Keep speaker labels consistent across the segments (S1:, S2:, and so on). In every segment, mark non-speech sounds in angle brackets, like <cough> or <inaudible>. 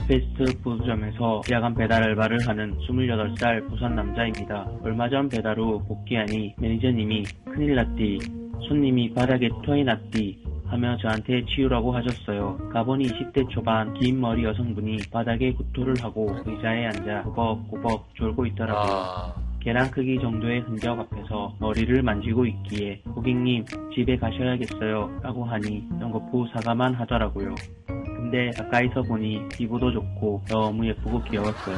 S1: 핫페이스 보수점에서 야간 배달 알바를 하는 28살 부산 남자입니다. 얼마 전 배달 후 복귀하니 매니저님이 큰일 났디, 손님이 바닥에 토해 났디 하며 저한테 치우라고 하셨어요. 가보니 20대 초반 긴 머리 여성분이 바닥에 구토를 하고 의자에 앉아 꾸벅꾸벅 졸고 있더라고요.
S2: 아,
S1: 계란 크기 정도의 흔적 앞에서 머리를 만지고 있기에 고객님 집에 가셔야겠어요 라고 하니 연거푸 사과만 하더라고요. 근데 가까이서 보니 피부도 좋고 너무 예쁘고 귀여웠어요.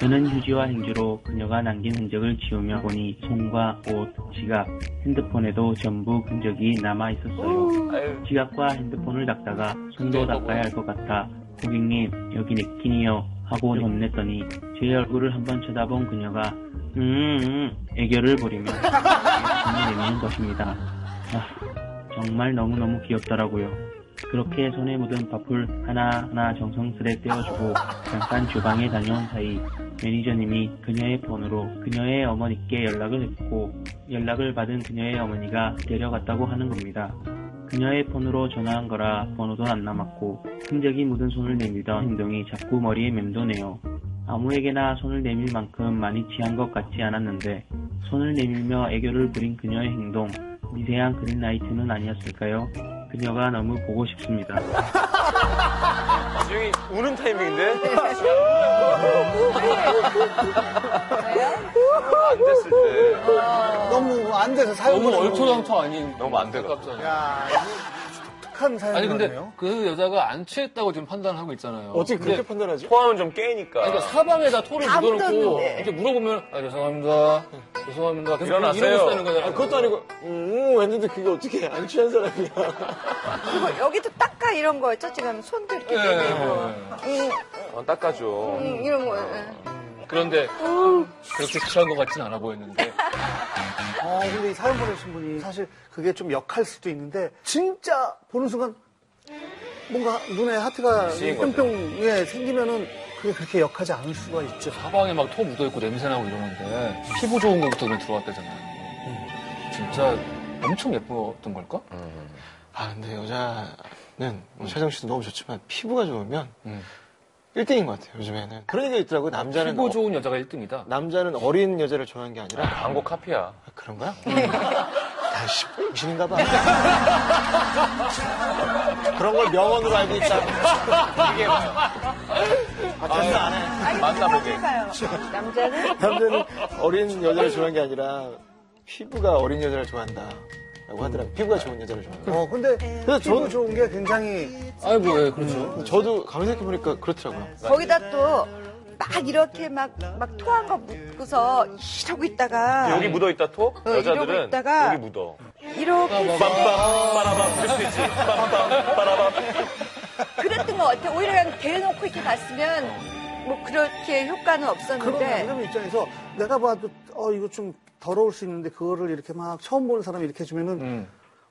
S1: 저는 휴지와 행주로 그녀가 남긴 흔적을 지우며 보니 손과 옷, 지갑, 핸드폰에도 전부 흔적이 남아 있었어요.
S2: 아유,
S1: 지갑과 핸드폰을 닦다가 손도
S2: 근데 뭐
S1: 닦아야 할 것 같아 고객님 여기 냅킨이요 하고 건넸더니 제 얼굴을 한번 쳐다본 그녀가 음, 음 애교를 부리며 손을 내미는 것입니다 아, 정말 너무너무 귀엽더라고요 그렇게 손에 묻은 밥풀 하나하나 정성스레 떼어주고 잠깐 주방에 다녀온 사이 매니저님이 그녀의 번호로 그녀의 어머니께 연락을 했고 연락을 받은 그녀의 어머니가 데려갔다고 하는 겁니다. 그녀의 폰으로 전화한 거라 번호도 안 남았고 흔적이 묻은 손을 내밀던 행동이 자꾸 머리에 맴도네요. 아무에게나 손을 내밀 만큼 많이 취한 것 같지 않았는데 손을 내밀며 애교를 부린 그녀의 행동 미세한 그린라이트는 아니었을까요? 그녀가 너무 보고 싶습니다.
S2: 아, 지웅이 우는 타이밍인데?
S3: 아, 네.
S2: 안 됐을 때.
S4: 너무 안 돼서 사연
S5: 너무 얼토당토 아닌
S2: 아. 너무 안 돼가.
S5: 깝잖아요
S4: 야, 이거 독특한
S5: 아니 근데
S4: 사연이네요.
S5: 그 여자가 안 취했다고 지금 판단하고 있잖아요.
S4: 어떻게
S5: 근데
S4: 그렇게 판단하지?
S2: 포함은 좀 깨니까.
S5: 그러니까 사방에다 토를
S3: 다
S5: 묻어놓고
S3: 묻었는데.
S5: 이렇게 물어보면 아 죄송합니다. 죄송합니다. 계속
S2: 일어나세요.
S5: 이러고 있다는 거잖아요.
S4: 아, 그것도 아니고, 음, 했는데 그게 어떻게 안 취한 사람이야.
S3: 그리고 여기도 닦아 이런 거였죠? 지금 손도 이렇게
S5: 예,
S2: 네.
S3: 내밀고.
S5: 예,
S3: 음,
S2: 어, 닦아줘.
S3: 음, 이런 거. 예.
S5: 예. 그런데 그렇게 취한 것 같진 않아 보였는데
S4: 아, 근데 이 사연 보내신 분이 사실 그게 좀 역할 수도 있는데, 진짜 보는 순간 뭔가 눈에 하트가
S2: 쓰인
S4: 뿅뿅 예, 생기면은 그게 그렇게 역하지 않을 수가 있죠.
S5: 사방에 막 토 묻어있고 냄새나고 이러는데 피부 좋은 거부터 그냥 들어왔다잖아요. 진짜 엄청 예뻤던 걸까?
S6: 아 근데 여자는 뭐 최정 씨도 너무 좋지만 피부가 좋으면
S5: 음.
S6: 1등인 것 같아요 요즘에는 그런 얘기가 있더라고요 남자는
S2: 뭐
S5: 피부 좋은 여자가 1등이다.
S6: 어, 남자는 어린 여자를 좋아하는 게 아니라
S2: 광고 카피야.
S6: 아, 그런 거야?
S5: 네.
S6: 다시 임신인가 봐 그런 걸 명언으로 알고 있다
S2: 이게 맞아.
S3: 아니,
S2: 만나보게.
S3: 생각해봐요. 남자는
S6: 남자는 어린 여자를 좋아하는 게 아니라 피부가 어린 여자를 좋아한다 라고 하더라고요 피부가 좋은 여자를
S5: 음.
S6: 좋아한다
S4: 어, 근데 그래서 저도 좋은 게 굉장히
S5: 아이 뭐 예,
S2: 음.
S5: 그렇죠.
S6: 저도 가만히 생각해보니까 그렇더라고요
S5: 음.
S3: 거기다 또 막 이렇게 막, 막 토한 거 묻고서 이러고 있다가
S2: 여기 묻어 있다 토?
S3: 음. 어, 이러고
S2: 여자들은
S3: 있다가-
S2: 여기 묻어. 뭐
S3: 이렇게 했을
S2: 빰빰 빠라밤 그럴 수 있지. 빰빰 빠라밤.
S3: 때 그랬던 것 같아요. 오히려 그냥 대놓고 이렇게 봤으면 뭐 그렇게 효과는
S4: 그런
S3: 없었는데
S4: 남자분 입장에서 내가 봐도 어, 이거 좀 더러울 수 있는데 그거를 이렇게 막 처음 보는 사람이 이렇게 해주면은
S5: 음.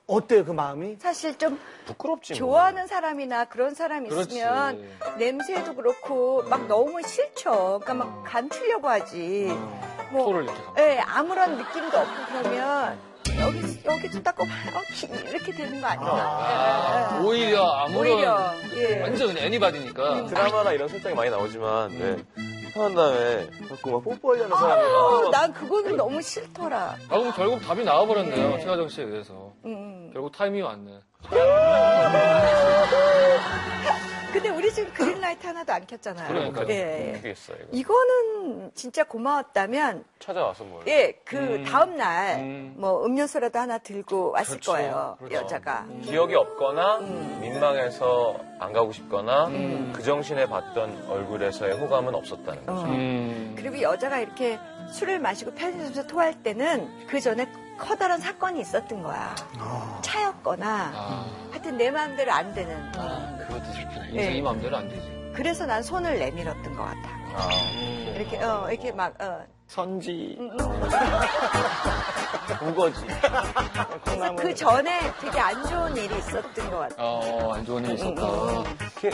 S4: 어때요, 그 마음이?
S3: 사실 좀
S2: 부끄럽지 뭐.
S3: 좋아하는 사람이나 그런 사람이
S5: 그렇지.
S3: 있으면 냄새도 그렇고 막 너무 싫죠. 그러니까 막 감추려고 하지.
S2: 음.
S3: 뭐
S5: 토를 이렇게.
S3: 예, 아무런 느낌도 없고 그러면 여기 여기도 닦고 봐요. 이렇게 되는 거 아니야? 예, 예.
S5: 오히려 아무런
S3: 오히려, 예.
S5: 완전 그냥 애니바디니까
S2: 드라마나 이런 설정이 많이 나오지만 왜 화난 다음에 자꾸 막 뽀뽀하려는 사람이
S3: 어,
S2: 나와서
S3: 난 그거는 너무 싫더라.
S5: 아 그럼 결국 답이 나와버렸네요 최하정 씨에 의해서
S3: 음.
S5: 결국 타이밍이 왔네
S3: 근데 우리 지금 그린라이트 하나도 안 켰잖아요.
S5: 그러니까요.
S3: 예, 예.
S2: 모르겠어 이거.
S3: 이거는 진짜 고마웠다면
S2: 찾아와서 뭘.
S3: 예, 그 다음 날
S5: 음.
S3: 뭐 음료수라도 하나 들고 왔을
S5: 그렇죠.
S3: 거예요.
S5: 그렇죠.
S3: 여자가. 음.
S2: 기억이 없거나 민망해서 안 가고 싶거나 그 정신에 봤던 얼굴에서의 호감은 없었다는 거죠.
S3: 어.
S5: 음.
S3: 그리고 여자가 이렇게 술을 마시고 편의점에서 토할 때는 그 전에 커다란 사건이 있었던 거야. 차였거나
S5: 아,
S3: 하여튼 내 마음대로 안 되는.
S6: 그것도 슬프네
S5: 인생이
S3: 예.
S5: 마음대로 안 되지
S3: 그래서 난 손을 내밀었던 것 같아.
S2: 아,
S3: 이렇게, 어, 이렇게 막, 어.
S6: 선지
S3: 음, 음.
S6: 우거지
S3: 그래서 그 전에 되게 안 좋은 일이 있었던 것 같아.
S5: 어, 안 좋은 일이
S3: 음,
S5: 있었다
S2: 이렇게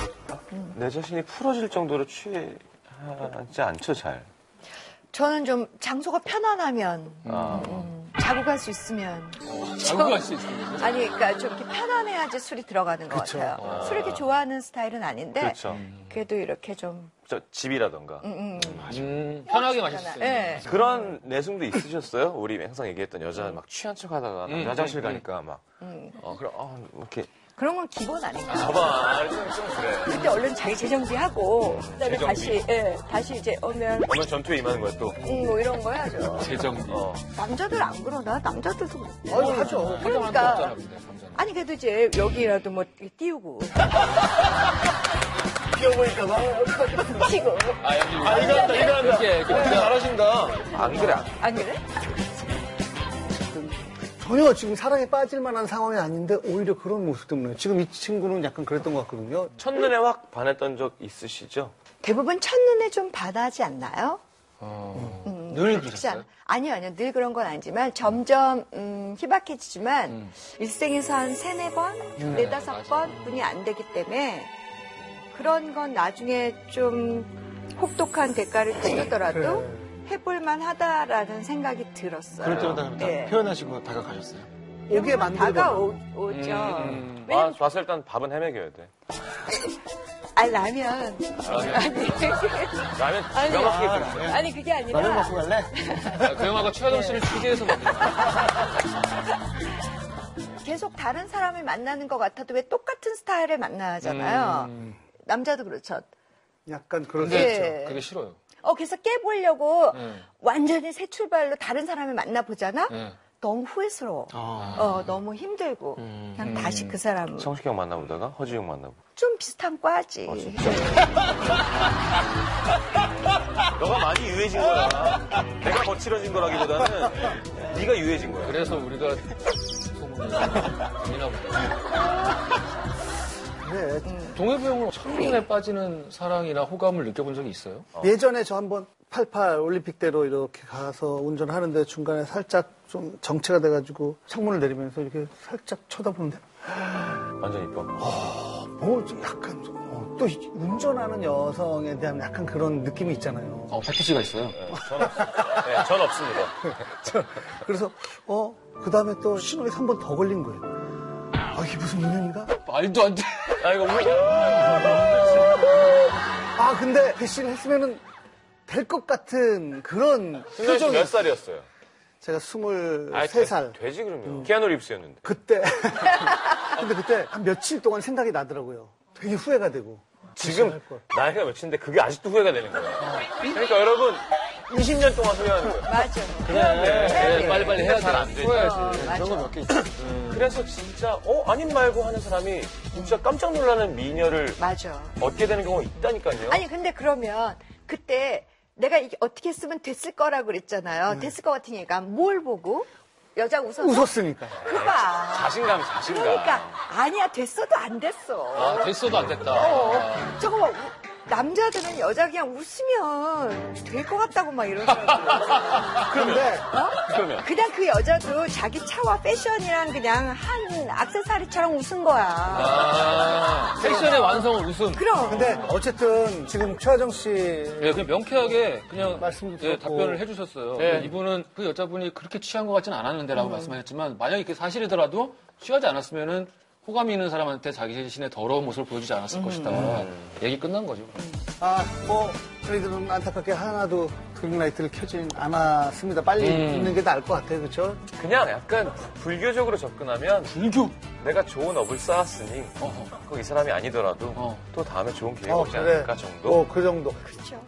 S2: 내 자신이 풀어질 정도로 취하지 않죠 잘.
S3: 저는 좀 장소가 편안하면
S2: 아,
S3: 자,
S7: 자고 갈 수 있으면.
S5: 자고 갈 수 있어요.
S3: 아니, 그러니까 좀 이렇게 편안해야지 술이 들어가는 것
S4: 그쵸.
S3: 같아요. 술을 이렇게 좋아하는 스타일은 아닌데,
S2: 그렇죠.
S3: 그래도 이렇게 좀,
S2: 저 집이라던가.
S3: 음, 음,
S5: 음, 편하게 마실 수
S3: 편안-
S5: 있어요.
S3: 예.
S2: 그런 내숭도 있으셨어요? 우리 항상 얘기했던 여자 막 취한 척 하다가
S5: 음,
S2: 화장실
S5: 음,
S2: 가니까 막. 어, 그럼, 어, 이렇게.
S3: 그런 건 기본 아닌가.
S2: 봐봐. 좀, 좀 그래.
S3: 그때 얼른 자기 재정비하고, 그다음에
S2: 재정비.
S3: 다시, 예, 다시 이제 오면,
S2: 그러면 전투에 임하는 거야, 또.
S3: 음, 뭐 이런 거 해야죠.
S5: 재정비.
S2: 어.
S3: 남자들 안 그러나? 남자들도 뭐.
S4: 아유, 하죠.
S5: 화장할 거
S3: 그러니까.
S5: 없잖아, 근데, 남자는.
S3: 아니, 그래도 이제 여기라도 뭐 띄우고.
S4: 귀여우니까봐.
S3: 어, 치고.
S5: 아, 여기. 아, 이거 한다, 이거 한다. 이렇게, 이렇게.
S2: 안 그래. 아,
S3: 안 그래?
S4: 전혀 지금 사랑에 빠질 만한 상황이 아닌데 오히려 그런 모습 때문에 지금 이 친구는 약간 그랬던 것 같거든요.
S2: 첫눈에 확 반했던 적 있으시죠?
S3: 대부분 첫눈에 좀 받아하지 않나요?
S5: 어.
S3: 음,
S5: 늘
S3: 그렇지
S6: 그렇죠.
S5: 그러셨어요?
S3: 않- 아니요, 아니요. 늘 그런 건 아니지만 점점 음, 희박해지지만 일생에서 한 세네 번, 네다섯
S5: 맞아요.
S3: 번 뿐이 안 되기 때문에 그런 건 나중에 좀 혹독한 대가를 치르더라도
S4: 네.
S3: 해볼만 하다라는 생각이 들었어요.
S6: 그럴 때마다 그럼 다
S3: 예.
S6: 표현하시고 다가가셨어요.
S4: 오게 만들고.
S3: 다가오죠.
S5: 음,
S3: 왜냐면
S2: 와, 와서 아, 일단 밥은 헤매겨야 돼.
S3: 아, 라면. <laughs> 아니,
S2: 라면 기가 막히게 끓여.
S3: 아니, 그게 아니라.
S6: 라면 먹고 갈래?
S5: 아, 그 영화가 최하동 씨를 취재해서 만든 거예요.
S3: 계속 다른 사람을 만나는 것 같아도 왜 똑같은 스타일을 만나잖아요.
S5: 음.
S3: 남자도 그렇죠.
S4: 약간 그런
S3: 네.
S4: 죠
S5: 그게 싫어요.
S3: 어, 그래서 깨보려고
S5: 네.
S3: 완전히 새 출발로 다른 사람을 만나보잖아?
S5: 네.
S3: 너무 후회스러워.
S6: 어.
S3: 어, 너무 힘들고.
S5: 음.
S3: 그냥 다시 그 사람을.
S2: 성식형 만나보다가 허지웅 만나고.
S3: 좀 비슷한 과지.
S2: 너가 많이 유해진 거야. 내가 거칠어진 거라기보다는 네가 유해진 거야.
S5: 그래서 우리가 소문이 아니나 보다. <laughs>
S4: 네.
S5: 동해부 형은 첫눈에 빠지는 사랑이나 호감을 느껴본 적이 있어요?
S4: 예전에 저 한번 88 올림픽대로 이렇게 가서 운전하는데 중간에 살짝 좀 정체가 돼가지고 창문을 내리면서 이렇게 살짝 쳐다보는데
S2: 완전 이뻐.
S4: 뭐 좀 약간 좀, 어, 또 이- 운전하는 여성에 대한 약간 그런 느낌이 있잖아요.
S5: 어, 백희 씨가 있어요.
S2: 네, 전, 없- 네, 전 없습니다.
S4: 그래서 어 그다음에 또 신호에 한 번 더 걸린 거예요. 아 이게 무슨 인연인가?
S5: 말도 안 돼.
S2: 아, 이거 우
S4: 아 근데 대신 했으면은 될 것 같은 그런
S2: 승현
S4: 표정이
S2: 씨몇 살이었어요?
S4: 제가
S2: 아이,
S4: 23살
S2: 돼, 지 그럼요.
S5: 음.
S2: 키아누 립스였는데.
S4: 그때 <laughs> 근데 그때 한 며칠 동안 생각이 나더라고요. 되게 후회가 되고
S5: 음.
S2: 지금 나이가 몇인데 그게 아직도 후회가 되는 거예요.
S5: 음.
S2: 그러니까 여러분 20년 동안 후회하는 거예요.
S3: <laughs> 맞아. 어,
S5: 네, 빨리빨리 해야
S2: 잘안
S5: 돼.
S2: 되지.
S5: 풀어야지.
S3: 맞아.
S6: 몇개 있어요.
S2: 그래서 진짜 어 아닌 말고 하는 사람이 진짜 깜짝 놀라는 미녀를
S3: 맞아.
S2: 얻게 되는 경우가 있다니까요.
S3: 아니, 근데 그러면 그때 내가 이게 어떻게 했으면 됐을 거라고 그랬잖아요. 됐을 것 같으니까 뭘 보고? 여자 네. 웃어서
S4: 웃었으니까.
S3: 그거 봐.
S2: 자신감, 자신감.
S3: 그러니까 아니야 됐어도 안 됐어.
S5: 아, 됐어도 안 됐다.
S3: 어, 저거 막 우- 남자들은 여자 그냥 웃으면 될 것 같다고 막 이런 <laughs> 생각.
S4: 그런데
S2: 그러면
S3: 그냥 그 여자도 자기 차와 패션이랑 그냥 한 악세사리처럼 웃은 거야.
S5: 아, 패션의 완성은 웃음.
S3: 그럼
S4: 근데 어쨌든 지금 최하정 씨
S5: 예, 그냥 명쾌하게 그냥
S4: 네, 말씀도
S5: 예,
S4: 들었고. 네.
S5: 답변을 해주셨어요. 이분은 그 여자분이 그렇게 취한 것 같진 않았는데라고
S4: 음.
S5: 말씀하셨지만 만약에 이게 사실이더라도 취하지 않았으면은 호감이 있는 사람한테 자기 자신의 더러운 모습을 보여주지 않았을
S4: 음.
S5: 것이다. 얘기 끝난 거죠.
S4: 아 뭐 저희들은 안타깝게 하나도 그린라이트를 켜진 않았습니다. 빨리
S5: 음.
S4: 있는 게 나을 것 같아요, 그렇죠?
S2: 그냥 약간 불교적으로 접근하면
S5: 불교.
S2: 내가 좋은 업을 쌓았으니
S5: 어허.
S2: 꼭 이 사람이 아니더라도
S5: 어.
S2: 네, 또 다음에 좋은 기회가 오지 않을까 뭐, 정도.
S4: 어, 네. 그 정도.
S3: 그렇죠.